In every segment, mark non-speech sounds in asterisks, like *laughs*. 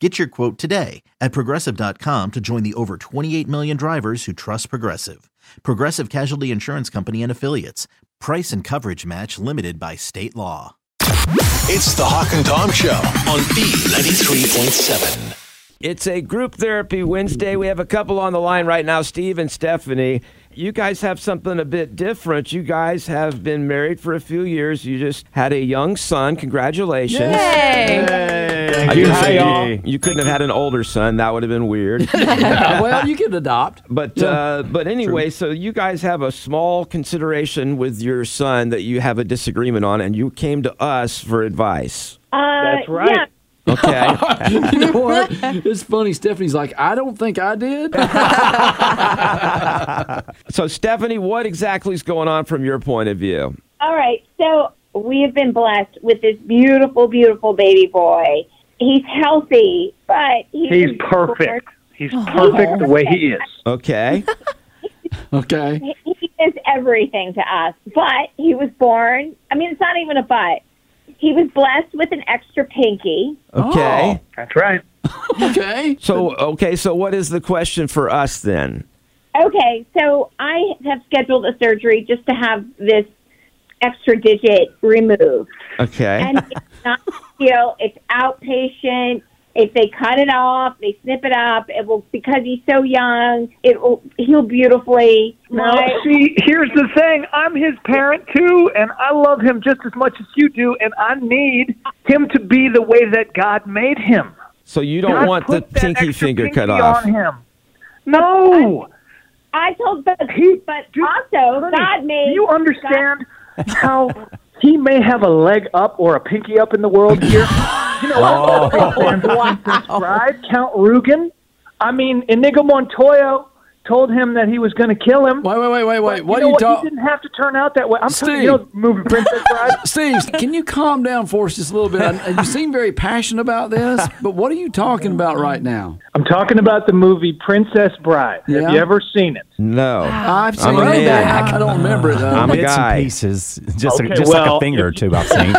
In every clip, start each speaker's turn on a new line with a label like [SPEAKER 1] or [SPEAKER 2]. [SPEAKER 1] Get your quote today at progressive.com to join the over 28 million drivers who trust Progressive. Progressive Casualty Insurance Company and Affiliates. Price and coverage match limited by state law.
[SPEAKER 2] It's the Hawk and Tom Show on B93.7.
[SPEAKER 3] It's a group therapy Wednesday. We have a couple on the line right now, Steve and Stephanie. You guys have something a bit different. You guys have been married for a few years. You just had a young son. Congratulations. I
[SPEAKER 4] you.
[SPEAKER 3] guess
[SPEAKER 4] Hi,
[SPEAKER 3] you-
[SPEAKER 4] y'all.
[SPEAKER 3] You couldn't have had an older son. That would have been weird.
[SPEAKER 4] Yeah, *laughs* well, you can adopt.
[SPEAKER 3] But uh, but anyway, so you guys have a small consideration with your son that you have a disagreement on, and you came to us for advice.
[SPEAKER 5] Uh,
[SPEAKER 6] That's right.
[SPEAKER 3] Okay.
[SPEAKER 4] *laughs* You
[SPEAKER 5] *laughs*
[SPEAKER 4] know what? It's funny. Stephanie's like, I don't think
[SPEAKER 5] *laughs*
[SPEAKER 4] I did.
[SPEAKER 3] so Stephanie, what exactly is going on from your point of view?
[SPEAKER 6] All right. So we have been blessed with this beautiful, beautiful baby boy. He's healthy, but he's,
[SPEAKER 5] He's perfect. Oh. He's perfect the way *laughs* he is.
[SPEAKER 3] Okay.
[SPEAKER 4] *laughs* Okay.
[SPEAKER 6] He, he is everything to us. But he was born. I mean, it's not even a but. He was blessed with an extra pinky.
[SPEAKER 5] Oh,
[SPEAKER 3] Okay.
[SPEAKER 5] That's right.
[SPEAKER 4] *laughs* Okay.
[SPEAKER 3] So okay, so what is the question for us then?
[SPEAKER 6] Oh. Okay, so I have scheduled a surgery just to have this extra digit removed.
[SPEAKER 3] Okay.
[SPEAKER 6] and it's not steel. It's outpatient. If they cut it off, they snip it up. It will because he's so young. It will heal beautifully.
[SPEAKER 5] Now,
[SPEAKER 6] My-
[SPEAKER 5] see, here's the thing. I'm his parent too, and I love him just as much as you do, and I need him to be the way that God made him.
[SPEAKER 3] so you don't
[SPEAKER 5] God
[SPEAKER 3] want the
[SPEAKER 5] put that
[SPEAKER 3] pinky
[SPEAKER 5] extra
[SPEAKER 3] finger cut
[SPEAKER 5] pinky
[SPEAKER 3] off.
[SPEAKER 5] on him. No,
[SPEAKER 6] I told both,
[SPEAKER 5] He-
[SPEAKER 6] but
[SPEAKER 5] dude,
[SPEAKER 6] also
[SPEAKER 5] honey,
[SPEAKER 6] God made
[SPEAKER 5] do you understand *laughs* how he may have a leg up or a pinky up in the world
[SPEAKER 3] *laughs*
[SPEAKER 5] here? You know, oh. Pride, Count Rugen. I mean, Inigo Montoya told him that he was going to kill him.
[SPEAKER 4] Wait, wait, wait, wait, wait. What
[SPEAKER 5] you know
[SPEAKER 4] are you
[SPEAKER 5] what? He
[SPEAKER 4] talking?
[SPEAKER 5] didn't have to turn out that way. I'm telling
[SPEAKER 4] Steve.
[SPEAKER 5] you, the movie Princess Bride.
[SPEAKER 4] *laughs* Steve, can you calm down for us just a little bit? I, you seem very passionate about this, but what are you talking about right now?
[SPEAKER 5] I'm talking about the movie Princess Bride.
[SPEAKER 4] Yeah.
[SPEAKER 5] Have you ever seen it?
[SPEAKER 3] No.
[SPEAKER 4] I've seen
[SPEAKER 3] I'm a
[SPEAKER 4] it.
[SPEAKER 3] man.
[SPEAKER 4] I don't remember it though.
[SPEAKER 3] I'm a
[SPEAKER 7] bits
[SPEAKER 3] guy.
[SPEAKER 7] and pieces, just,
[SPEAKER 5] Okay,
[SPEAKER 7] a, just like
[SPEAKER 5] well,
[SPEAKER 7] a finger
[SPEAKER 5] *laughs*
[SPEAKER 7] or two. I've seen.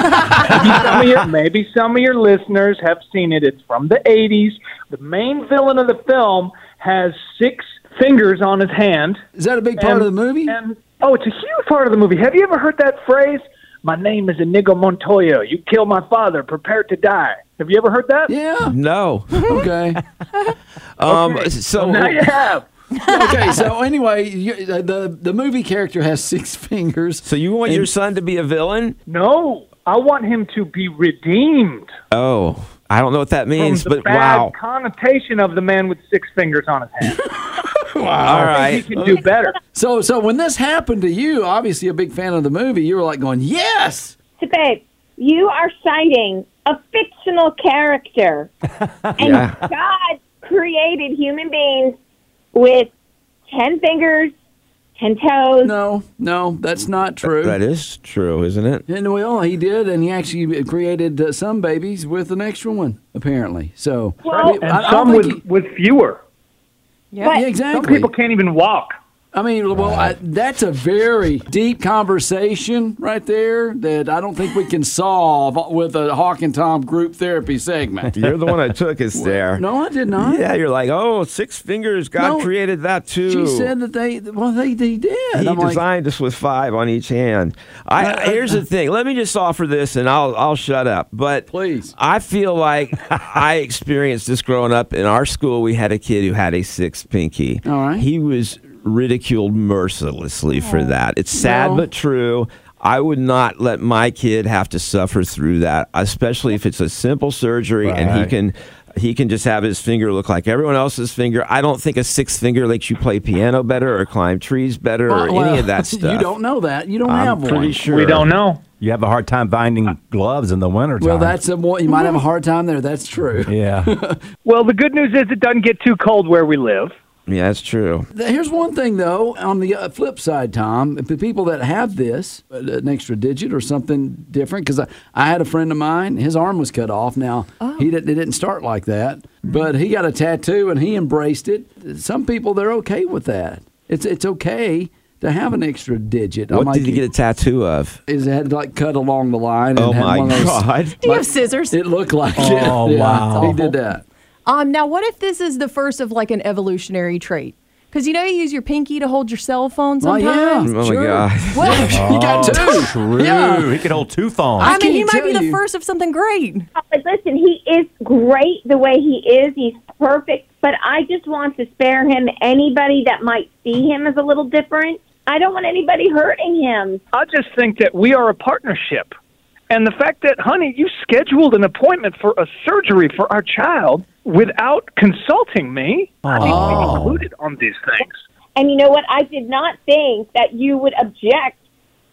[SPEAKER 5] some of your, maybe some of your listeners have seen it. It's from the 80s. The main villain of the film has six fingers on his hand.
[SPEAKER 4] Is that a big part of the movie?
[SPEAKER 5] And, oh, it's a huge part of the movie. Have you ever heard that phrase? My name is Inigo Montoya. You killed my father. Prepare to die. Have you ever heard that? *laughs*
[SPEAKER 4] yeah.
[SPEAKER 3] No.
[SPEAKER 4] Okay.
[SPEAKER 3] Um so
[SPEAKER 5] Now you have.
[SPEAKER 4] okay. So anyway, you, uh, the the movie character has six *laughs* fingers.
[SPEAKER 3] so you want your son to be a villain?
[SPEAKER 5] No, I want him to be redeemed
[SPEAKER 3] Oh, I don't know what that
[SPEAKER 5] from
[SPEAKER 3] means,
[SPEAKER 5] the
[SPEAKER 3] but
[SPEAKER 5] bad
[SPEAKER 3] wow.
[SPEAKER 5] connotation of the man with six fingers on his hand.
[SPEAKER 3] All
[SPEAKER 5] He
[SPEAKER 3] right.
[SPEAKER 5] can do better.
[SPEAKER 4] So, so when this happened to you, obviously a big fan of the movie, you were like going, "Yes,
[SPEAKER 6] So, babe, you are citing a fictional
[SPEAKER 5] *laughs*
[SPEAKER 6] character, and
[SPEAKER 3] Yeah.
[SPEAKER 6] God created human beings with ten fingers, ten toes.
[SPEAKER 4] no, no, that's not true."
[SPEAKER 3] That is true, isn't it?
[SPEAKER 4] and well, he did, and he actually created uh, some babies with an extra one, apparently. So,
[SPEAKER 6] Well,
[SPEAKER 4] I-
[SPEAKER 5] And
[SPEAKER 4] I don't
[SPEAKER 5] some with,
[SPEAKER 4] think he-
[SPEAKER 5] with fewer.
[SPEAKER 4] yeah,
[SPEAKER 5] Some
[SPEAKER 4] exactly.
[SPEAKER 5] people can't even walk.
[SPEAKER 4] I mean, well, I, that's a very deep conversation right there that I don't think we can solve with a Hawk and Tom group therapy segment.
[SPEAKER 3] You're
[SPEAKER 4] *laughs*
[SPEAKER 3] the one I took is there.
[SPEAKER 4] No, I did not.
[SPEAKER 3] Yeah, you're like, oh, six fingers.
[SPEAKER 4] No.
[SPEAKER 3] God created that too.
[SPEAKER 4] She said that they, well, they, they did.
[SPEAKER 3] He
[SPEAKER 4] I'm like,
[SPEAKER 3] designed us with five on each hand. I, here's the thing. Let me just offer this, and I'll I'll shut up. But
[SPEAKER 4] Please.
[SPEAKER 3] I
[SPEAKER 4] *laughs*
[SPEAKER 3] feel like I experienced this growing up. In our school, we had a kid who had a six pinky.
[SPEAKER 4] All right. Oh.
[SPEAKER 3] He was ridiculed mercilessly for that. It's sad
[SPEAKER 4] No.
[SPEAKER 3] but true. I would not let my kid have to suffer through that, especially if it's a simple surgery and he
[SPEAKER 7] Right.
[SPEAKER 3] can he can just have his finger look like everyone else's finger. I don't think a sixth finger makes you play piano better or climb trees better or
[SPEAKER 4] Well,
[SPEAKER 3] any of that
[SPEAKER 4] *laughs*
[SPEAKER 3] stuff.
[SPEAKER 4] You don't know that. You don't
[SPEAKER 3] I'm
[SPEAKER 4] have
[SPEAKER 3] pretty
[SPEAKER 4] one.
[SPEAKER 3] sure
[SPEAKER 5] We don't know.
[SPEAKER 7] You have a hard time finding gloves in the wintertime.
[SPEAKER 4] Well, that's a one. You might have a hard time there. That's true. *laughs*
[SPEAKER 7] yeah.
[SPEAKER 5] *laughs* Well, the good news is it doesn't get too cold where we live.
[SPEAKER 3] Yeah, that's true.
[SPEAKER 4] Th- Here's one thing, though, on the uh, flip side, Tom, the people that have this, uh, an extra digit or something different, because I, I had a friend of mine, his arm was cut off. Now,
[SPEAKER 8] Oh.
[SPEAKER 4] he didn't, it didn't start like that,
[SPEAKER 8] Mm-hmm.
[SPEAKER 4] but he got a tattoo and he embraced it. Some people, they're okay with that. It's, it's okay to have an extra digit.
[SPEAKER 3] What did he get a tattoo of?
[SPEAKER 4] His head like cut along the line. And
[SPEAKER 3] Oh,
[SPEAKER 4] had
[SPEAKER 3] my
[SPEAKER 4] one of those-
[SPEAKER 3] God.
[SPEAKER 8] Do you have scissors?
[SPEAKER 4] It looked like
[SPEAKER 7] Oh,
[SPEAKER 4] it. *laughs*
[SPEAKER 7] wow.
[SPEAKER 4] He did that.
[SPEAKER 8] Um, now, what if this is the first of like an evolutionary trait? Because you know you use your pinky to hold your cell phone
[SPEAKER 4] Well,
[SPEAKER 8] sometimes.
[SPEAKER 4] yeah.
[SPEAKER 3] Oh
[SPEAKER 4] Sure.
[SPEAKER 3] my god.
[SPEAKER 8] Well,
[SPEAKER 4] *laughs* He got two.
[SPEAKER 7] Oh, True.
[SPEAKER 4] Yeah.
[SPEAKER 7] He could hold two phones.
[SPEAKER 8] I mean, he
[SPEAKER 4] can't
[SPEAKER 8] might be
[SPEAKER 4] tell
[SPEAKER 8] the
[SPEAKER 4] you.
[SPEAKER 8] first of something great.
[SPEAKER 6] Oh, But listen, he is great the way he is. He's perfect. But I just want to spare him anybody that might see him as a little different. I don't want anybody hurting him.
[SPEAKER 5] I just think that we are a partnership. And the fact that, honey, you scheduled an appointment for a surgery for our child without consulting me. I need to
[SPEAKER 3] Oh.
[SPEAKER 5] be included on these things.
[SPEAKER 6] And you know what? I did not think that you would object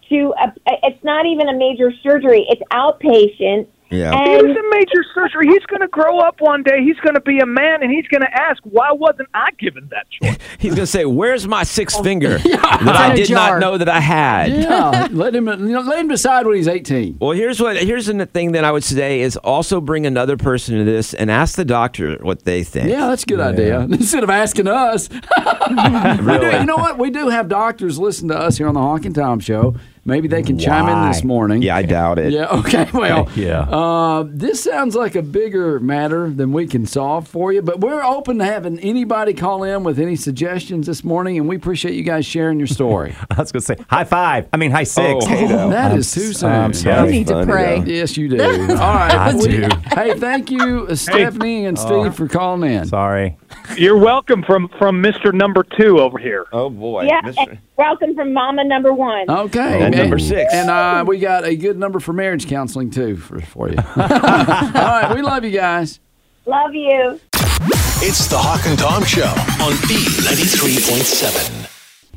[SPEAKER 6] to. A, it's not even a major surgery. It's outpatient.
[SPEAKER 3] Yeah.
[SPEAKER 5] It is
[SPEAKER 6] And
[SPEAKER 5] a major surgery. He's going to grow up one day. He's going to be a man, and he's going to ask, why wasn't I given that choice?
[SPEAKER 3] He's gonna say, "Where's my sixth *laughs* finger that
[SPEAKER 8] in
[SPEAKER 3] Oh, I
[SPEAKER 8] a
[SPEAKER 3] did
[SPEAKER 8] jar."
[SPEAKER 3] not know that I had?"
[SPEAKER 4] Yeah, let him you know, let him decide when he's 18.
[SPEAKER 3] Well, here's what here's the thing that I would say is also bring another person to this and ask the doctor what they think.
[SPEAKER 4] Yeah, that's a good idea. *laughs* Instead of asking us,
[SPEAKER 3] *laughs*
[SPEAKER 4] We do- you know what? We do have doctors listen to us here on the Hawk and Tom Show. Maybe they can chime in this morning.
[SPEAKER 3] Yeah, I doubt it.
[SPEAKER 4] Yeah.
[SPEAKER 3] *laughs*
[SPEAKER 4] Okay. Well.
[SPEAKER 7] Yeah.
[SPEAKER 4] Uh, this sounds like a bigger matter than we can solve for you, but we're open to having anybody call in with any suggestions this morning, and we appreciate you guys sharing your story.
[SPEAKER 3] *laughs*
[SPEAKER 7] I was going to say high five. I mean, high six.
[SPEAKER 4] Oh, that
[SPEAKER 7] I'm
[SPEAKER 4] is too
[SPEAKER 7] s-
[SPEAKER 4] soon.
[SPEAKER 7] I'm
[SPEAKER 8] You
[SPEAKER 7] sorry.
[SPEAKER 8] need to
[SPEAKER 3] funny,
[SPEAKER 8] pray.
[SPEAKER 4] Yes,
[SPEAKER 7] *laughs*
[SPEAKER 4] you do. All right.
[SPEAKER 7] I
[SPEAKER 4] We-
[SPEAKER 7] do.
[SPEAKER 4] *laughs* Hey, thank you, Stephanie and Steve, for calling in.
[SPEAKER 7] Sorry.
[SPEAKER 5] You're welcome from, from Mr. Number Two over here.
[SPEAKER 3] Oh boy.
[SPEAKER 6] yeah,
[SPEAKER 3] Mr.
[SPEAKER 6] and welcome from Mama Number One.
[SPEAKER 4] Okay.
[SPEAKER 3] And
[SPEAKER 4] man.
[SPEAKER 3] number six.
[SPEAKER 4] And uh, we got a good number for marriage counseling, too, for, for
[SPEAKER 3] *laughs*
[SPEAKER 4] you. All right. We love you guys.
[SPEAKER 6] Love you.
[SPEAKER 2] *laughs* It's the Hawk and Tom Show on B93.7.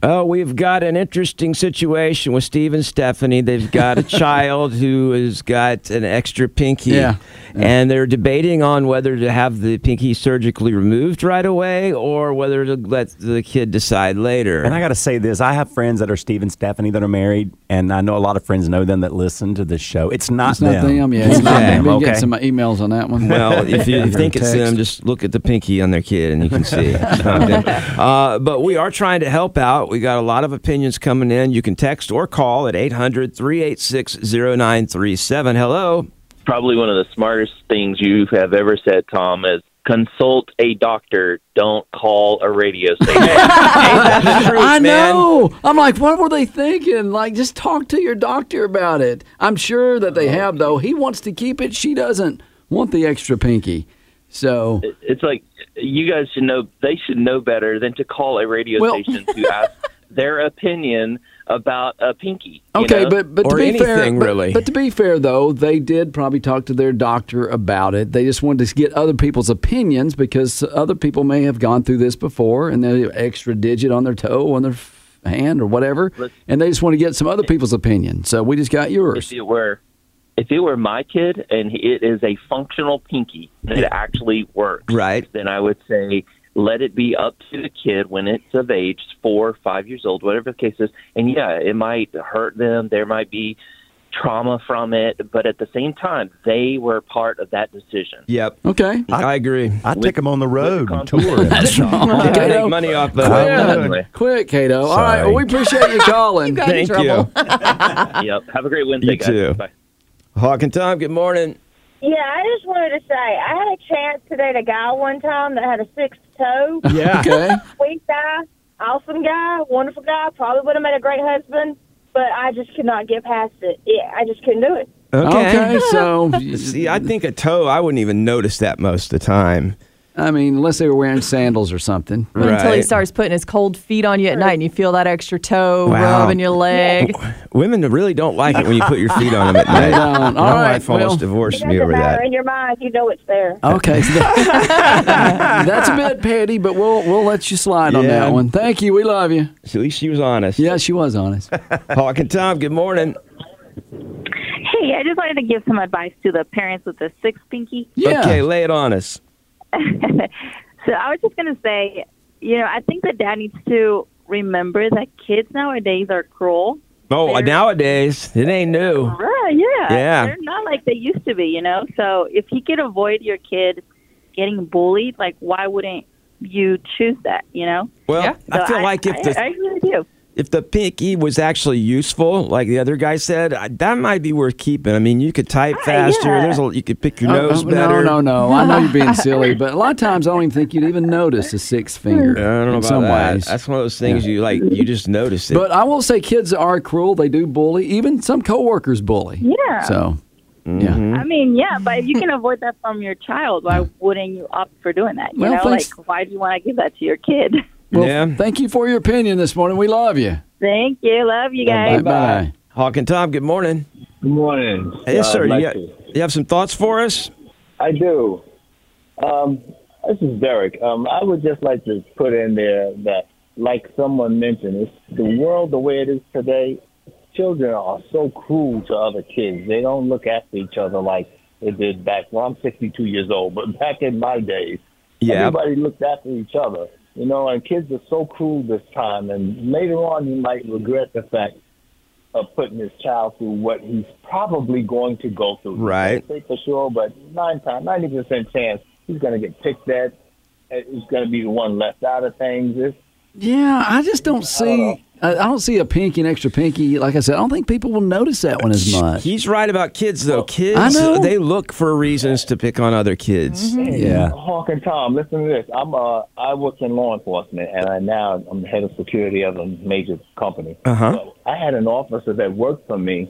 [SPEAKER 3] Oh, we've got an interesting situation with Steve and Stephanie. They've got a child who has got an extra pinky.
[SPEAKER 4] Yeah.
[SPEAKER 3] And they're debating on whether to have the pinky surgically removed right away or whether to let the kid decide later.
[SPEAKER 7] And I got to say this I have friends that are Steve and Stephanie that are married, and I know a lot of friends know them that listen to this show. It's not
[SPEAKER 4] It's not them yet. It's
[SPEAKER 7] It's
[SPEAKER 4] not
[SPEAKER 3] Okay.
[SPEAKER 4] them. We
[SPEAKER 7] Okay.
[SPEAKER 4] get some emails on that one.
[SPEAKER 3] Well, if
[SPEAKER 4] *laughs*
[SPEAKER 3] you think it's
[SPEAKER 4] text.
[SPEAKER 3] them, just look at the pinky on their kid and you can see. It's not them. uh, but we are trying to help out. We got a lot of opinions coming in. You can text or call at 800 386 0937. Hello.
[SPEAKER 9] probably one of the smartest things you have ever said, Tom, is consult a doctor. Don't call a
[SPEAKER 3] *laughs*
[SPEAKER 9] radio station.
[SPEAKER 4] I know. I'm like, what were they thinking? Like, just talk to your doctor about it. I'm sure that they
[SPEAKER 3] Oh,
[SPEAKER 4] have, though. He wants to keep it. She doesn't want the extra pinky. So,
[SPEAKER 9] it's like you guys should know. They should know better than to call a radio
[SPEAKER 4] Well-
[SPEAKER 9] station to
[SPEAKER 4] *laughs*
[SPEAKER 9] ask their opinion about a pinky. you
[SPEAKER 4] okay,
[SPEAKER 9] know?
[SPEAKER 4] but but to
[SPEAKER 3] Or
[SPEAKER 4] be fair,
[SPEAKER 3] anything,
[SPEAKER 4] but-
[SPEAKER 3] really.
[SPEAKER 4] But, to be fair, though, they did probably talk to their doctor about it. They just wanted to get other people's opinions because other people may have gone through this before, and they have extra digit on their toe, on their f- hand, or whatever, and they just want to get some other people's opinion. So we just got
[SPEAKER 9] if
[SPEAKER 4] yours.
[SPEAKER 9] it were, if it were my kid and it is a functional pinky that actually works,
[SPEAKER 3] Right.
[SPEAKER 9] then I would say let it be up to the kid when it's of age, four, five years old, whatever the case is. And yeah, it might hurt them. There might be trauma from it, but at the same time, they were part of that decision.
[SPEAKER 3] Yep.
[SPEAKER 4] Okay.
[SPEAKER 3] I agree.
[SPEAKER 7] I take them on the road and tour.
[SPEAKER 3] I
[SPEAKER 4] *laughs* Kato.
[SPEAKER 3] make money off of
[SPEAKER 4] Quit.
[SPEAKER 3] it.
[SPEAKER 9] Anyway.
[SPEAKER 4] Quick, Kato. All right.
[SPEAKER 7] Sorry.
[SPEAKER 4] Well, we appreciate
[SPEAKER 8] *laughs*
[SPEAKER 4] you calling.
[SPEAKER 8] Got in
[SPEAKER 3] Thank you.
[SPEAKER 8] *laughs* trouble.
[SPEAKER 9] *laughs* yep. Have a great Wednesday,
[SPEAKER 3] You
[SPEAKER 9] guys.
[SPEAKER 3] too.
[SPEAKER 9] Bye.
[SPEAKER 3] Hawk and Tom, good morning.
[SPEAKER 6] Yeah, I just wanted to say I had a chance to date a guy one time that had a sixth
[SPEAKER 4] *laughs*
[SPEAKER 6] toe.
[SPEAKER 3] *laughs* Yeah.
[SPEAKER 4] okay.
[SPEAKER 6] Sweet guy, awesome guy, wonderful guy. Probably would have made a great husband, but I just could not get past it. Yeah, I just couldn't do it.
[SPEAKER 3] Okay.
[SPEAKER 4] Okay. So,
[SPEAKER 3] See, I think a toe, I wouldn't even notice that most of the time.
[SPEAKER 4] I mean, unless they were wearing sandals or something.
[SPEAKER 8] Until he starts putting his cold feet on you at night and you feel that extra toe
[SPEAKER 3] Wow.
[SPEAKER 8] rubbing your leg.
[SPEAKER 3] Women really don't like it when you put your feet on them at
[SPEAKER 4] *laughs*
[SPEAKER 3] night.
[SPEAKER 4] They don't. All
[SPEAKER 3] My
[SPEAKER 4] right,
[SPEAKER 3] wife almost
[SPEAKER 4] well-
[SPEAKER 3] divorced me over that.
[SPEAKER 6] in your mind, you know it's there.
[SPEAKER 4] Okay, so that- that's a bit petty, but we'll we'll let you slide on
[SPEAKER 3] Yeah.
[SPEAKER 4] that one. Thank you. We love you.
[SPEAKER 3] At least she was honest.
[SPEAKER 4] Yeah, she was honest.
[SPEAKER 3] *laughs* Hawk and Tom, good morning.
[SPEAKER 10] Hey, I just wanted to give some advice to the parents with the six pinky.
[SPEAKER 3] Okay, lay it on us.
[SPEAKER 10] So I was just going to say, you know, I think the dad needs to remember that kids nowadays are cruel.
[SPEAKER 3] Oh, nowadays, it ain't new.
[SPEAKER 4] Ah,
[SPEAKER 10] Right, yeah.
[SPEAKER 3] Yeah.
[SPEAKER 10] They're not like they used to be, you know? So if he could avoid your kid getting bullied, like, why wouldn't you choose that, you know?
[SPEAKER 3] Well, I
[SPEAKER 10] So
[SPEAKER 3] feel like if
[SPEAKER 10] I,
[SPEAKER 3] the
[SPEAKER 10] I agree with you.
[SPEAKER 3] if the pinky was actually useful, like the other guy said, I- that might be worth keeping. I mean, you could type faster. There's a, you could pick your
[SPEAKER 4] Oh,
[SPEAKER 3] nose
[SPEAKER 4] oh,
[SPEAKER 3] better.
[SPEAKER 4] No, no,
[SPEAKER 3] *laughs*
[SPEAKER 4] no. I know you're being silly, but a lot of times I don't even think you'd even notice a six finger.
[SPEAKER 3] I don't know
[SPEAKER 4] in
[SPEAKER 3] about
[SPEAKER 4] some
[SPEAKER 3] that.
[SPEAKER 4] ways.
[SPEAKER 3] That's one of those things you like. You just notice it.
[SPEAKER 4] But I will say kids are cruel. They do bully. Even some coworkers bully.
[SPEAKER 10] Yeah.
[SPEAKER 4] So,
[SPEAKER 10] I
[SPEAKER 4] yeah.
[SPEAKER 3] mm-hmm.
[SPEAKER 10] mean, yeah, but if you can avoid that from your child, why wouldn't you opt for doing that? You
[SPEAKER 4] Well,
[SPEAKER 10] know,
[SPEAKER 4] thanks.
[SPEAKER 10] like, why do you want to give that to your kid? *laughs*
[SPEAKER 4] Well, thank you for your opinion this morning. We love you.
[SPEAKER 10] Thank you. Love you guys.
[SPEAKER 4] Bye.
[SPEAKER 3] Hawk and Tom, good morning.
[SPEAKER 11] Good morning.
[SPEAKER 3] Yes,
[SPEAKER 11] Uh,
[SPEAKER 3] sir. You,
[SPEAKER 11] Lexi.
[SPEAKER 3] got- you have some thoughts for us?
[SPEAKER 11] I do. Um, this is Derek. Um, I would just like to put in there that, like someone mentioned, it's the world the way it is today, children are so cruel to other kids. They don't look after each other like they did back. Well, I'm 62 years old, but back in my days,
[SPEAKER 12] Yeah.
[SPEAKER 11] everybody looked after each other. You know, and kids are so cruel this time. And later on, you might regret the fact of putting his child through what he's probably going to go through.
[SPEAKER 3] Right.
[SPEAKER 11] I say for sure, but nine times, ninety percent chance he's going to get picked at. and He's going to be the one left out of things. It's,
[SPEAKER 4] Yeah, I just don't see. I I don't see a pinky, an extra pinky. Like I said, I don't think people will notice that one as much.
[SPEAKER 3] He's right about kids, though. Kids,
[SPEAKER 4] I know. Mm-hmm.
[SPEAKER 3] they look for reasons to pick on other kids.
[SPEAKER 11] Hawk and Mm-hmm. Tom, listen to this. I'm uh, I work in law enforcement, and I now I'm the head of security of a major company.
[SPEAKER 3] Uh-huh.
[SPEAKER 11] So I had an officer that worked for me.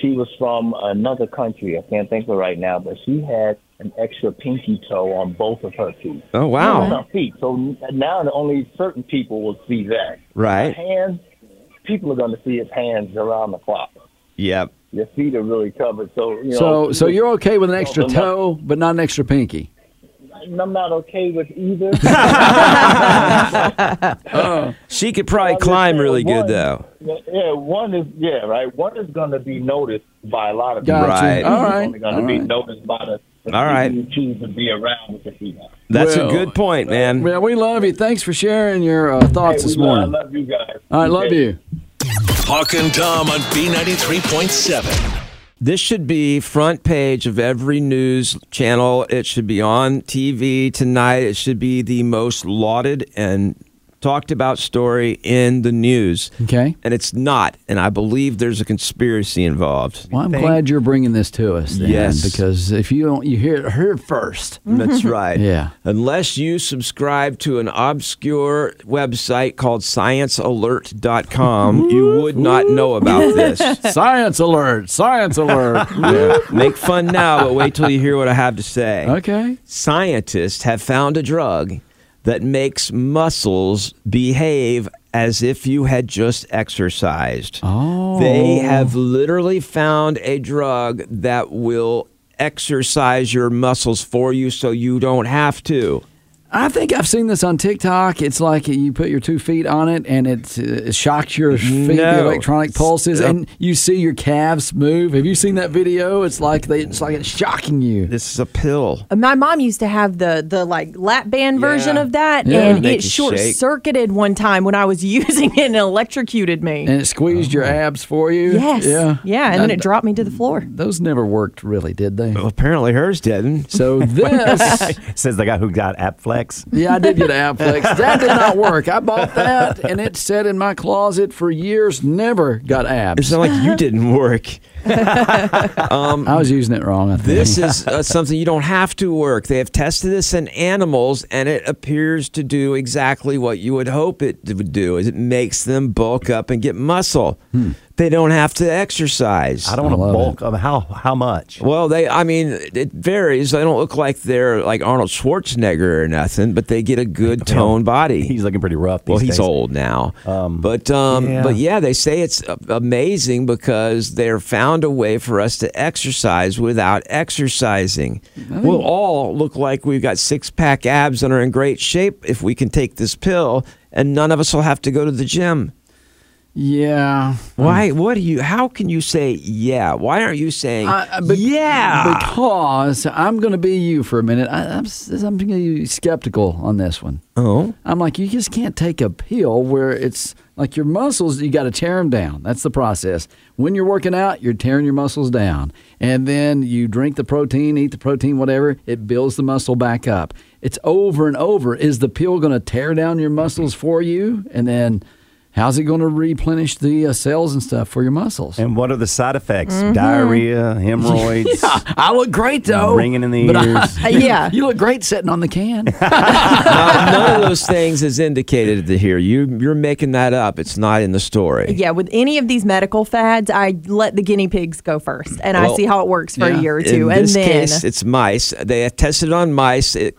[SPEAKER 11] She was from another country. I can't think of it right now, but she had an extra pinky toe on both of her teeth.
[SPEAKER 3] Oh, wow.
[SPEAKER 11] On her feet. So now only certain people will see that.
[SPEAKER 3] Right.
[SPEAKER 11] Hands. People are going to see his hands around the clock.
[SPEAKER 3] Yep.
[SPEAKER 11] Your feet are really covered. So you know.
[SPEAKER 4] So, so you're okay with an extra
[SPEAKER 11] I'm not-
[SPEAKER 4] toe, but not an extra pinky.
[SPEAKER 11] I'm not okay with either.
[SPEAKER 3] She could probably climb really good, though.
[SPEAKER 11] Yeah, one is yeah, right. One is going to be noticed by a lot of people.
[SPEAKER 3] Gotcha. Right. All right.
[SPEAKER 11] Only going to
[SPEAKER 3] All
[SPEAKER 11] be
[SPEAKER 3] right.
[SPEAKER 11] noticed by the, the
[SPEAKER 3] All right.
[SPEAKER 11] people who choose to be around with the people.
[SPEAKER 3] That's
[SPEAKER 4] Well,
[SPEAKER 3] a good point, man.
[SPEAKER 4] Yeah, we love you. Thanks for sharing your uh, thoughts
[SPEAKER 11] Hey,
[SPEAKER 4] this
[SPEAKER 11] we love-
[SPEAKER 4] morning.
[SPEAKER 11] I love you guys.
[SPEAKER 4] I love you.
[SPEAKER 2] Hawk and Tom on
[SPEAKER 4] *laughs*
[SPEAKER 2] B93.7.
[SPEAKER 3] This should be front page of every news channel. It should be on TV tonight. It should be the most lauded and talked about story in the news.
[SPEAKER 4] Okay.
[SPEAKER 3] And it's not. And I believe there's a conspiracy involved.
[SPEAKER 4] Well, I'm glad you're bringing this to us. Then,
[SPEAKER 3] Yes.
[SPEAKER 4] because if you don't, you hear it heard first.
[SPEAKER 3] *laughs*
[SPEAKER 4] *laughs*
[SPEAKER 3] That's right.
[SPEAKER 4] Yeah.
[SPEAKER 3] Unless you subscribe to an obscure website called sciencealert.com, you would not
[SPEAKER 4] *laughs*
[SPEAKER 3] know about this.
[SPEAKER 4] Science alert! Science alert!
[SPEAKER 3] *laughs* Yeah. Make fun now, but wait till you hear what I have to say.
[SPEAKER 4] Okay.
[SPEAKER 3] Scientists have found a drug that makes muscles behave as if you had just exercised. Oh. They have literally found a drug that will exercise your muscles for you so you don't have
[SPEAKER 4] *laughs*
[SPEAKER 3] to.
[SPEAKER 4] I think I've seen this on TikTok. It's like you put your two feet on it, and it uh, shocks your feet, the
[SPEAKER 3] No.
[SPEAKER 4] electronic pulses, and you see your calves move. Have you seen that video? It's like they, it's like it's shocking you.
[SPEAKER 3] This is a pill.
[SPEAKER 8] Uh, My mom used to have the the like lap band version
[SPEAKER 3] Yeah.
[SPEAKER 8] of that,
[SPEAKER 4] Yeah.
[SPEAKER 8] and
[SPEAKER 4] Make
[SPEAKER 8] it
[SPEAKER 4] you
[SPEAKER 8] short
[SPEAKER 4] shake.
[SPEAKER 8] circuited one time when I was *laughs* using it and electrocuted me.
[SPEAKER 4] And it squeezed your
[SPEAKER 3] Oh.
[SPEAKER 4] abs for you.
[SPEAKER 8] yes,
[SPEAKER 4] Yeah.
[SPEAKER 8] yeah, and then it
[SPEAKER 4] Uh,
[SPEAKER 8] dropped me to the floor.
[SPEAKER 4] Those never worked, really, did they? Well,
[SPEAKER 3] apparently hers
[SPEAKER 7] *laughs*
[SPEAKER 3] didn't.
[SPEAKER 4] So
[SPEAKER 3] *laughs*
[SPEAKER 4] this,
[SPEAKER 7] Says the guy who got Appflex.
[SPEAKER 4] yeah, I did get an Applex. That did not work. I bought that, and it sat in my closet for years. Never got abs.
[SPEAKER 3] It's not like you didn't work. um,
[SPEAKER 4] I was using it wrong. I think. *laughs*
[SPEAKER 3] This is uh, something you don't have to work. They have tested this in animals, and it appears to do exactly what you would hope it d- would do. Is it makes them bulk up and get muscle. they don't have to exercise. I
[SPEAKER 7] don't want to bulk. Of how how much?
[SPEAKER 3] Well, they. I mean, it varies. They don't look like they're like Arnold Schwarzenegger or nothing, but they get a good toned body. He's
[SPEAKER 7] looking pretty rough.
[SPEAKER 3] well,
[SPEAKER 7] these
[SPEAKER 3] he's
[SPEAKER 7] days.
[SPEAKER 3] old now, but um,
[SPEAKER 7] Yeah.
[SPEAKER 3] but yeah, they say it's a- amazing because they're found a way for us to exercise without exercising. We'll all look like we've got six pack abs and are in great shape if we can take this pill, and none of us will have to go to the gym.
[SPEAKER 4] Yeah.
[SPEAKER 7] Hmm.
[SPEAKER 3] Why? What do you? How can you say yeah? Why aren't you saying
[SPEAKER 4] Uh,
[SPEAKER 3] yeah?
[SPEAKER 7] Ah.
[SPEAKER 4] Because I'm going to be you for a minute. I, I'm, s- I'm going to be skeptical on this one.
[SPEAKER 3] Oh.
[SPEAKER 4] I'm like, you just can't take a pill where it's like your muscles, you got to tear them down. That's the process. When you're working out, you're tearing your muscles down. And then you drink the protein, eat the protein, whatever, it builds the muscle back up. It's over and over. Is the pill going to tear down your muscles for you? And then how's it going to replenish the uh, cells and stuff for your muscles? Mm-hmm.
[SPEAKER 7] And what are the side effects? Diarrhea,
[SPEAKER 4] *laughs*
[SPEAKER 7] hemorrhoids.
[SPEAKER 4] Yeah, I look great though.
[SPEAKER 7] Ringing in the
[SPEAKER 4] Oh, But I- *laughs*
[SPEAKER 7] ears.
[SPEAKER 4] yeah, you look great sitting on the
[SPEAKER 3] *laughs*
[SPEAKER 4] can.
[SPEAKER 3] Now, none of those things is indicated here. You you're making that up. It's not in the story.
[SPEAKER 8] Yeah, with any of these medical fads, I let the guinea pigs go first, and I
[SPEAKER 3] Well,
[SPEAKER 8] see how it works for a year or two,
[SPEAKER 3] In
[SPEAKER 8] and
[SPEAKER 3] this
[SPEAKER 8] then
[SPEAKER 3] case, it's mice. They tested on mice. It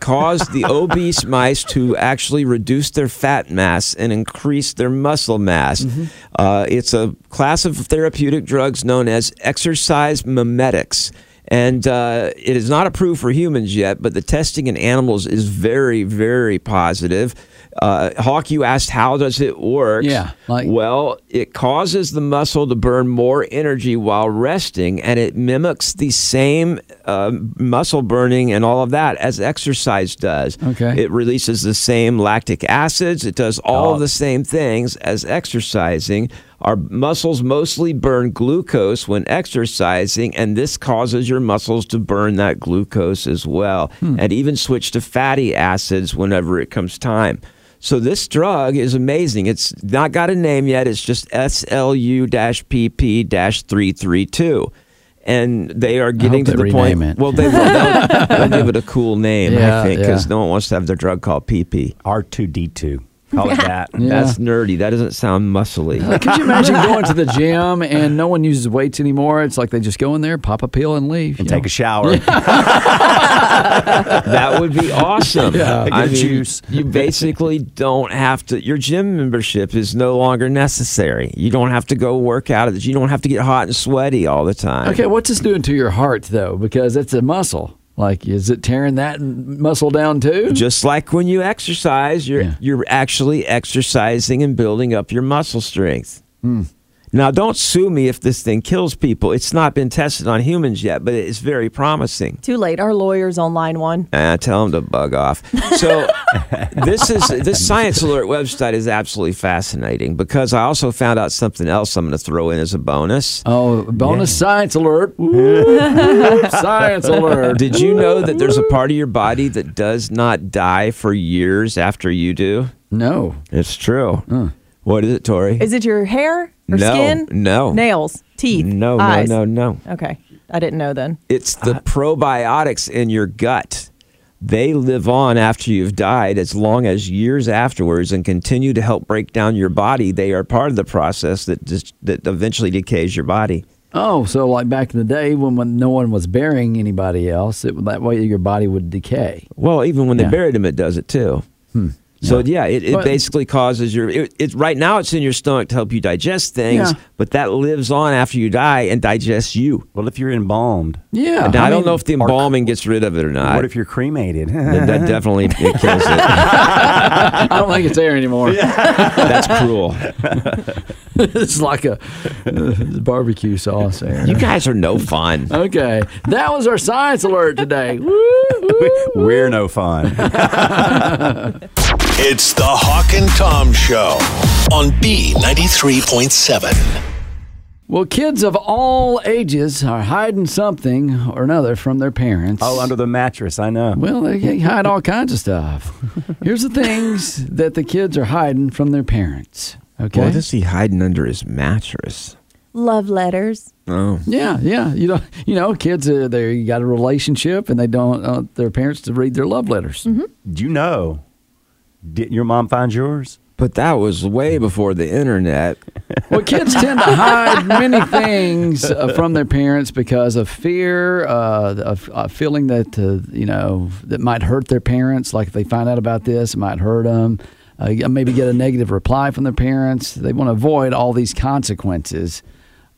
[SPEAKER 8] *laughs*
[SPEAKER 3] caused the obese mice to actually reduce their fat mass and increase their muscle mass.
[SPEAKER 8] Mm-hmm.
[SPEAKER 3] Uh, it's a class of therapeutic drugs known as exercise mimetics. And uh, it is not approved for humans yet, but the testing in animals is very, very positive. Uh, Hawk, you asked how does it work?
[SPEAKER 4] Yeah, like-
[SPEAKER 3] Well, it causes the muscle to burn more energy while resting, and it mimics the same uh, muscle burning and all of that as exercise does.
[SPEAKER 4] Okay.
[SPEAKER 3] It releases the same lactic acids. It does all the same things as exercising. Our muscles mostly burn glucose when exercising, and this causes your muscles to burn that glucose as well,
[SPEAKER 4] Hmm.
[SPEAKER 3] and even switch to fatty acids whenever it comes time. So this drug is amazing. It's not got a name yet. It's just SLU-PP-332. And they are getting
[SPEAKER 4] hope
[SPEAKER 3] to
[SPEAKER 4] they
[SPEAKER 3] the point.
[SPEAKER 4] rename it.
[SPEAKER 3] Well, they will. They'll, they'll give
[SPEAKER 4] *laughs*
[SPEAKER 3] it a cool name,
[SPEAKER 4] Yeah,
[SPEAKER 3] I think, because
[SPEAKER 4] yeah.
[SPEAKER 3] no one wants to have their drug called PP.
[SPEAKER 7] R2D2. Call it that.
[SPEAKER 3] That's nerdy. That doesn't sound muscly.
[SPEAKER 4] Could you imagine going to the gym and no one uses weights anymore? It's like they just go in there, pop a pill, and leave. And
[SPEAKER 7] take a shower.
[SPEAKER 3] *laughs* *laughs* that would be awesome.
[SPEAKER 4] Yeah.
[SPEAKER 3] I
[SPEAKER 4] Get
[SPEAKER 3] mean,
[SPEAKER 4] juice.
[SPEAKER 3] you basically don't have to. Your gym membership is no longer necessary. You don't have to go work out at it. You don't have to get hot and sweaty all the time.
[SPEAKER 4] Okay, what's this doing to your heart though? Because it's a muscle. Like, is it tearing that m- muscle down too?
[SPEAKER 3] Just like when you exercise, you're you're actually exercising and building up your muscle strength.
[SPEAKER 4] Hmm.
[SPEAKER 3] Now, don't sue me if this thing kills people. It's not been tested on humans yet, but it's very promising.
[SPEAKER 8] too late. Our lawyer's on line one.
[SPEAKER 3] Ah, tell them to bug off.
[SPEAKER 4] *laughs*
[SPEAKER 3] So this is this Science Alert website is absolutely fascinating because I also found out something else I'm going to throw in as a bonus.
[SPEAKER 4] Oh, bonus science
[SPEAKER 3] *laughs*
[SPEAKER 4] alert! Woo, science alert!
[SPEAKER 3] Did you know that there's a part of your body that does not die for years after you do?
[SPEAKER 4] No,
[SPEAKER 3] it's true. What is it, Tori?
[SPEAKER 8] Is it your hair or
[SPEAKER 3] No,
[SPEAKER 8] skin?
[SPEAKER 3] no.
[SPEAKER 8] Nails, teeth,
[SPEAKER 3] No, no,
[SPEAKER 8] eyes.
[SPEAKER 3] no, no.
[SPEAKER 8] Okay, I didn't know then.
[SPEAKER 3] It's the probiotics in your gut. They live on after you've died as long as years afterwards and continue to help break down your body. They are part of the process that just, that eventually decays your body.
[SPEAKER 4] Oh, so like back in the day when, when no one was burying anybody else, it, that way your body would decay. *laughs*
[SPEAKER 3] Well, even when they
[SPEAKER 4] Yeah.
[SPEAKER 3] buried him, it does it too. So yeah, it, it
[SPEAKER 4] But-
[SPEAKER 3] basically causes your. It, it right now it's in your stomach to help you digest things,
[SPEAKER 4] Yeah.
[SPEAKER 3] but that lives on after you die and digests you.
[SPEAKER 7] Well, if you're embalmed,
[SPEAKER 4] Yeah,
[SPEAKER 3] Now, I,
[SPEAKER 4] I
[SPEAKER 3] don't
[SPEAKER 4] mean-
[SPEAKER 3] know if the embalming gets rid of it or not.
[SPEAKER 7] what if you're *laughs* cremated?
[SPEAKER 3] that, that definitely it *laughs* kills it.
[SPEAKER 4] I don't think it's there anymore. *laughs*
[SPEAKER 3] That's
[SPEAKER 7] *laughs*
[SPEAKER 3] cruel.
[SPEAKER 4] it's like a uh, barbecue sauce there.
[SPEAKER 3] You guys are no fun.
[SPEAKER 4] *laughs* Okay, that was our science alert today. Woo, woo.
[SPEAKER 7] *laughs* We're no fun.
[SPEAKER 2] It's the Hawk and Tom Show on
[SPEAKER 4] *laughs*
[SPEAKER 2] B93.7.
[SPEAKER 4] *laughs* Well, kids of all ages are hiding something or another from their parents.
[SPEAKER 7] oh, under the mattress. I know.
[SPEAKER 4] Well, they can hide all kinds of stuff. Here's the things that the kids are hiding from their parents. Okay.
[SPEAKER 3] What is he hiding under his
[SPEAKER 4] *laughs*
[SPEAKER 3] mattress?
[SPEAKER 8] Love letters.
[SPEAKER 3] Oh.
[SPEAKER 4] Yeah, yeah. You know, *laughs* you know, kids uh, they got a relationship and they don't uh, want their parents to read their love letters.
[SPEAKER 7] Do you know? Didn't your mom find yours?
[SPEAKER 3] But that was way before the internet.
[SPEAKER 4] Well, kids tend to hide many things uh, from their parents because of fear, uh, of uh, feeling that uh, you know that might hurt their parents. Like if they find out about this, it might hurt them. Uh, maybe get a negative reply from their parents. They want to avoid all these consequences,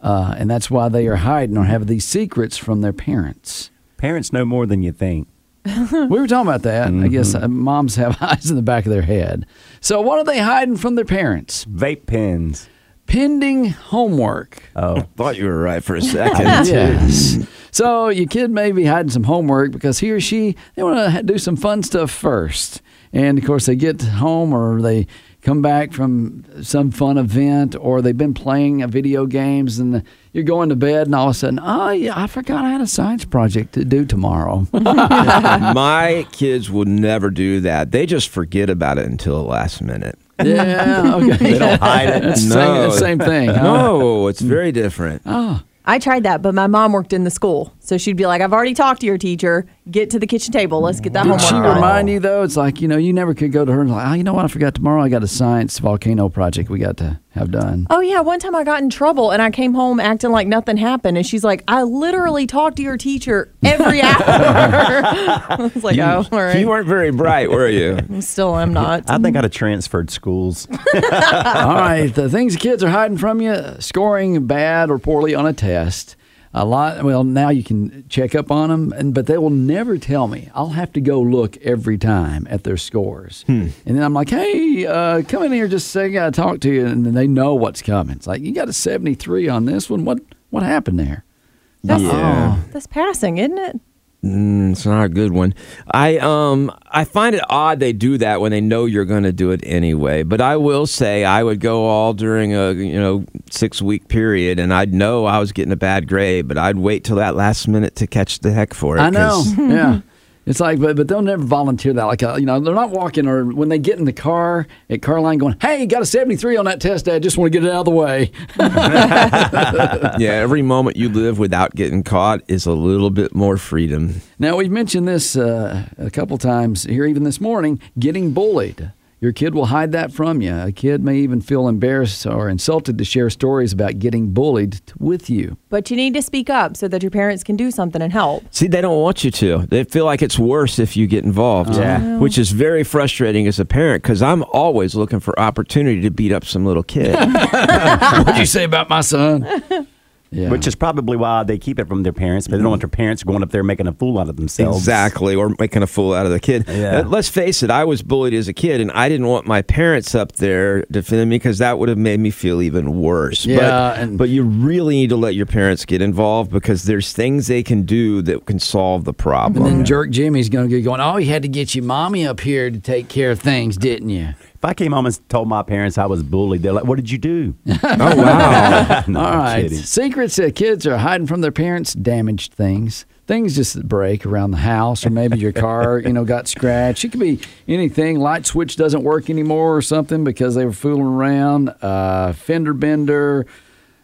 [SPEAKER 4] uh, and that's why they are hiding or have these secrets from their parents.
[SPEAKER 7] Parents know more than you think.
[SPEAKER 4] *laughs*
[SPEAKER 7] Mm-hmm.
[SPEAKER 4] we were talking about that. I guess uh, moms have *laughs* eyes in the back of their head. So what are they hiding from their parents?
[SPEAKER 7] Vape pens.
[SPEAKER 4] Pending homework.
[SPEAKER 3] *laughs*
[SPEAKER 7] Oh,
[SPEAKER 3] thought you were right for a
[SPEAKER 4] yes. So your kid may be hiding some homework because he or she they want to do some fun stuff first, and of course they get home or they come back from some fun event or they've been playing a video games and you're going to bed and all of a sudden oh yeah I forgot I had a science project to
[SPEAKER 8] *laughs*
[SPEAKER 4] do tomorrow.
[SPEAKER 3] My kids would never do that. They just forget about it until the last minute. *laughs*
[SPEAKER 4] yeah. Okay.
[SPEAKER 3] They don't hide it.
[SPEAKER 4] It's the *laughs* same,
[SPEAKER 3] No.
[SPEAKER 4] it's the same thing. huh? Uh-huh.
[SPEAKER 3] No, it's very different.
[SPEAKER 4] Ah.
[SPEAKER 8] I tried that, but my mom worked in the school, so she'd be like, "I've already talked to your teacher. Get to the kitchen table. Let's get that
[SPEAKER 4] Did
[SPEAKER 8] homework."
[SPEAKER 4] she
[SPEAKER 8] done."
[SPEAKER 4] remind you though? It's like you know, you never could go to her and like, oh, you know what? I forgot tomorrow. I got a science volcano project we got to have done.
[SPEAKER 8] Oh yeah, one time I got in trouble and I came home acting like nothing happened, and she's like, "I literally talked to your teacher
[SPEAKER 3] *laughs*
[SPEAKER 8] every hour." *laughs* I was like,
[SPEAKER 3] you,
[SPEAKER 8] "Oh, all right."
[SPEAKER 3] you weren't very bright,
[SPEAKER 4] *laughs*
[SPEAKER 3] were you?
[SPEAKER 8] I'm still, I'm not.
[SPEAKER 7] I think I'd have
[SPEAKER 8] *laughs*
[SPEAKER 7] transferred schools.
[SPEAKER 4] All right, the things kids are hiding from you: scoring bad or poorly on a test. A lot. Well, now you can check up on them, and but they will never tell me. I'll have to go look every time at their scores, and then I'm like, "Hey, uh, come in here, just say I gotta talk to you," and then they know what's coming. It's like you got a 73 on this one. What what happened there?
[SPEAKER 8] That's,
[SPEAKER 3] Yeah.
[SPEAKER 8] that's passing, isn't it?
[SPEAKER 3] Mm, it's not a good one. I um I find it odd they do that when they know you're going to do it anyway. But I will say I would go all during a you know six week period, and I'd know I was getting a bad grade, but I'd wait till that last minute to catch the heck for it.
[SPEAKER 4] I know. *laughs*
[SPEAKER 3] 'cause- *laughs*
[SPEAKER 4] yeah. It's like, but, but they'll never volunteer that. Like, uh, you know, they're not walking or when they get in the car at Carline going, hey, got a 73 on that test, Dad. Just want to get it out of the way. *laughs*
[SPEAKER 3] yeah, every moment you live without getting caught is a little bit more freedom.
[SPEAKER 4] Now, we've mentioned this uh, a couple times here, even this morning getting bullied. Your kid will hide that from you. A kid may even feel embarrassed or insulted to share stories about getting bullied t- with you.
[SPEAKER 8] But you need to speak up so that your parents can do something and help.
[SPEAKER 3] See, they don't want you to. They feel like it's worse if you get involved.
[SPEAKER 8] Yeah.
[SPEAKER 3] Which is very frustrating as a parent because I'm always looking for opportunity to beat up some little kid.
[SPEAKER 4] What'd you say about my son? Yeah.
[SPEAKER 7] Which is probably why they keep it from their parents, but they don't want their parents going up there making a fool out of themselves.
[SPEAKER 3] Mm. Exactly, or making a fool out of the kid.
[SPEAKER 7] Yeah.
[SPEAKER 3] Uh, Let's face it, I was bullied as a kid, and I didn't want my parents up there defending me because that would have made me feel even worse.
[SPEAKER 4] Yeah,
[SPEAKER 3] but,
[SPEAKER 4] and-
[SPEAKER 3] but you really need to let your parents get involved because there's things they can do that can solve the problem.
[SPEAKER 4] And then Jerk Jimmy's going to get going, oh, you had to get your mommy up here to take care of things, didn't you?
[SPEAKER 7] If I came home and told my parents I was bullied, they're like, "What did
[SPEAKER 4] *laughs*
[SPEAKER 7] you do?" *laughs*
[SPEAKER 3] oh, wow.
[SPEAKER 7] No,
[SPEAKER 4] All
[SPEAKER 7] I'm
[SPEAKER 4] right.
[SPEAKER 7] kidding.
[SPEAKER 4] Secrets that kids are hiding from their parents, damaged things. Things just that break around the house, or maybe your car, you know, got scratched. It could be anything. Light switch doesn't work anymore, or something because they were fooling around. Uh, fender bender.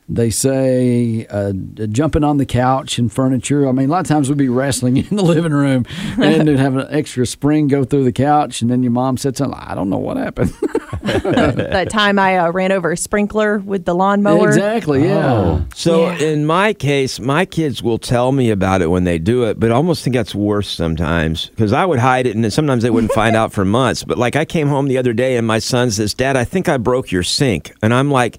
[SPEAKER 4] They say uh, d- jumping on the couch and furniture. I mean, a lot of times we'd be wrestling *laughs* in the living room, and they'd have an extra spring go through the couch, and then your mom said something. I don't know what happened.
[SPEAKER 8] *laughs* that time I uh, ran over a sprinkler with the lawnmower.
[SPEAKER 4] exactly. Yeah.
[SPEAKER 8] *laughs*
[SPEAKER 3] So in my case, my kids will tell me about it when they do it, but I almost think that's worse sometimes because I would hide it and then sometimes they wouldn't find out for months. But like I came home the other day and my son says, "Dad, I think I broke your sink," and I'm like.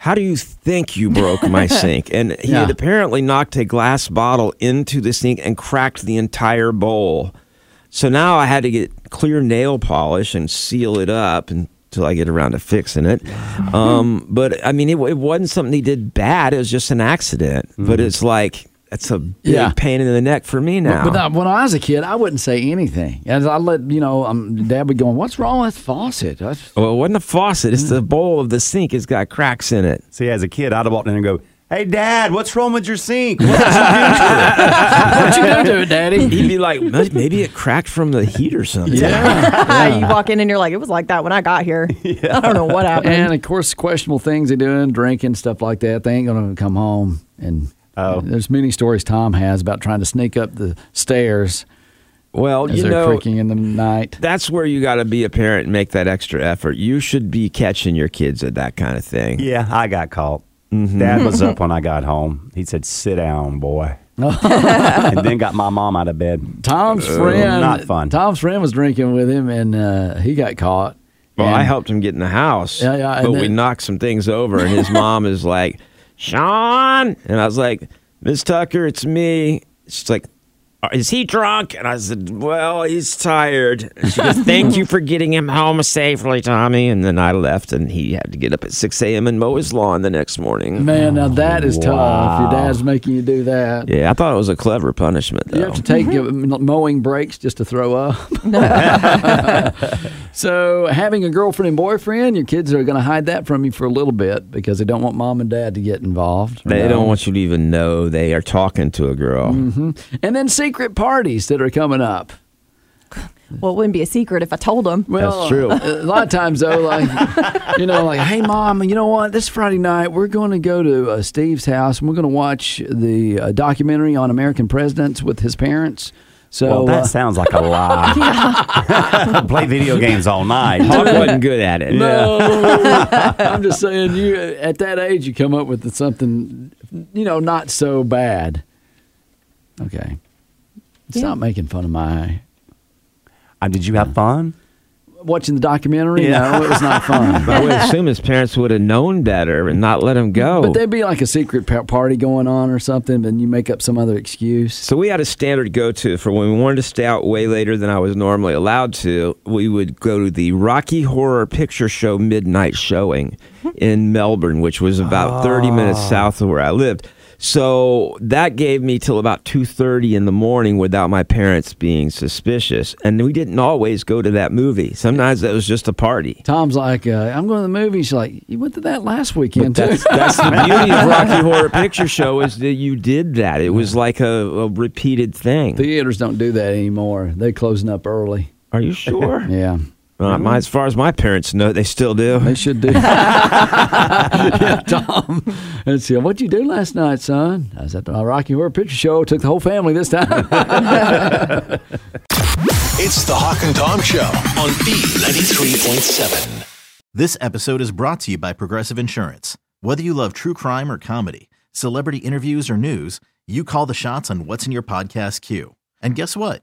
[SPEAKER 3] How do you think you broke my sink? And he had
[SPEAKER 4] Yeah.
[SPEAKER 3] apparently knocked a glass bottle into the sink and cracked the entire bowl. So now I had to get clear nail polish and seal it up until I get around to fixing it. Um, but I mean, it, it wasn't something he did bad. It was just an accident. But it's like that's a big
[SPEAKER 4] Mm-hmm. Yeah.
[SPEAKER 3] pain in the neck for me now.
[SPEAKER 4] But, but uh, when I was a kid, I wouldn't say anything. As I let you know, um, Dad would go, "What's wrong with that faucet?" That's-
[SPEAKER 3] well, it wasn't a faucet. It's
[SPEAKER 4] Mm.
[SPEAKER 3] the bowl of the sink. It's got cracks in it.
[SPEAKER 7] See, as a kid, I'd have walked in and go, "Hey, Dad, what's wrong with your
[SPEAKER 4] *laughs*
[SPEAKER 7] sink?"
[SPEAKER 4] What you gonna do, Daddy?
[SPEAKER 3] He'd be like, "May- maybe it cracked from the heat or something.
[SPEAKER 8] you walk in and you're like, it was like that when I got
[SPEAKER 4] *laughs*
[SPEAKER 8] here. I don't know what happened.
[SPEAKER 4] and of course, questionable things they're doing, drinking stuff like that. They ain't gonna come home. And
[SPEAKER 7] Oh.
[SPEAKER 4] there's many stories Tom has about trying to sneak up the stairs.
[SPEAKER 3] Well,
[SPEAKER 4] As
[SPEAKER 3] you
[SPEAKER 4] they're
[SPEAKER 3] know,
[SPEAKER 4] creaking in the night. *laughs*
[SPEAKER 3] That's where you got to be a parent and make that extra effort. You should be catching your kids at that kind of thing. Mm-hmm.
[SPEAKER 7] Yeah, I got caught. Dad was up when I got home. He said, "Sit
[SPEAKER 4] *laughs*
[SPEAKER 7] down, boy," and then got my mom out of bed.
[SPEAKER 3] Oh,
[SPEAKER 4] Tom's
[SPEAKER 7] Uh,
[SPEAKER 4] friend,
[SPEAKER 7] not fun.
[SPEAKER 4] Tom's friend was drinking with him, and uh, he got caught.
[SPEAKER 3] Well,
[SPEAKER 4] And-
[SPEAKER 3] I helped him get in the house,
[SPEAKER 4] Yeah, yeah, and
[SPEAKER 3] but we
[SPEAKER 4] then-
[SPEAKER 3] knocked some things over, and *laughs* his mom is like, "Sean," and I was like, "Miss Tucker, it's me." She's like, "Are- "Is he drunk?" And I said, "Well, he's tired." And she goes, "Thank you for getting him home safely, Tommy." And then I left, and he had to get up at six a.m. and mow his lawn the next morning.
[SPEAKER 4] Man, now that is tough. Your
[SPEAKER 3] Wow.
[SPEAKER 4] dad's making you do that.
[SPEAKER 3] Yeah, I thought it was a clever punishment. Though.
[SPEAKER 4] You have to take uh, mowing breaks just to throw up. *laughs* so, having a girlfriend and boyfriend, your kids are going to hide that from you for a little bit because they don't want mom and dad to get involved.
[SPEAKER 3] They
[SPEAKER 4] right?
[SPEAKER 3] don't want you to even know they are talking to a girl.
[SPEAKER 4] Mhm. And then secret parties that are coming up.
[SPEAKER 8] Well, it wouldn't be a secret if I told them.
[SPEAKER 4] A lot of times, though, like *laughs* you know, like, hey, mom, you know what? This Friday night, we're going to go to uh, Steve's house and we're going to watch the uh, documentary on American presidents with his parents. So
[SPEAKER 7] well,
[SPEAKER 3] Oh.
[SPEAKER 7] that
[SPEAKER 4] uh,
[SPEAKER 7] sounds like a
[SPEAKER 3] *laughs*
[SPEAKER 7] lie. *laughs* Play video games all
[SPEAKER 4] *laughs*
[SPEAKER 7] night.
[SPEAKER 4] Hawk wasn't
[SPEAKER 3] good at it.
[SPEAKER 4] No, I'm just saying, you at that age, you come up with something, you know, not so bad. Okay, stop making fun of my.
[SPEAKER 7] Uh, did you have fun
[SPEAKER 4] watching the documentary?
[SPEAKER 3] Yeah.
[SPEAKER 4] *laughs* No, it was not
[SPEAKER 3] *laughs*
[SPEAKER 4] fun.
[SPEAKER 3] But I would assume his parents would have known better and not let him go.
[SPEAKER 4] But there'd be like a secret pa- party going on or something, and you make up some other excuse.
[SPEAKER 3] so we had a standard go to for when we wanted to stay out way later than I was normally allowed to. We would go to the Rocky Horror Picture Show midnight showing in Melbourne, which was about 30 minutes south of where I lived. So that gave me till about 2:30 in the morning without my parents being suspicious. And we didn't always go to that movie. Sometimes that was just a party.
[SPEAKER 4] Tom's like, uh, I'm going to the movies. She's like, you went to that last weekend too.
[SPEAKER 3] That's,
[SPEAKER 4] *laughs*
[SPEAKER 3] that's the beauty of Rocky Horror Picture Show is that you did that. It was like a, a repeated thing.
[SPEAKER 4] Theaters don't do that anymore. They're closing up early.
[SPEAKER 3] Are you sure?
[SPEAKER 4] *laughs* yeah.
[SPEAKER 3] Uh, my, as far as my parents know, they still do.
[SPEAKER 4] They should
[SPEAKER 3] *laughs*
[SPEAKER 4] do. yeah, Tom. Let's see. What'd you do last night, son? I was at the Rocky Horror Picture Show. Took the whole family this time.
[SPEAKER 2] It's the Hawk and Tom Show on B93.7.
[SPEAKER 1] This episode is brought to you by Progressive Insurance. Whether you love true crime or comedy, celebrity interviews or news, you call the shots on what's in your podcast queue. And guess what?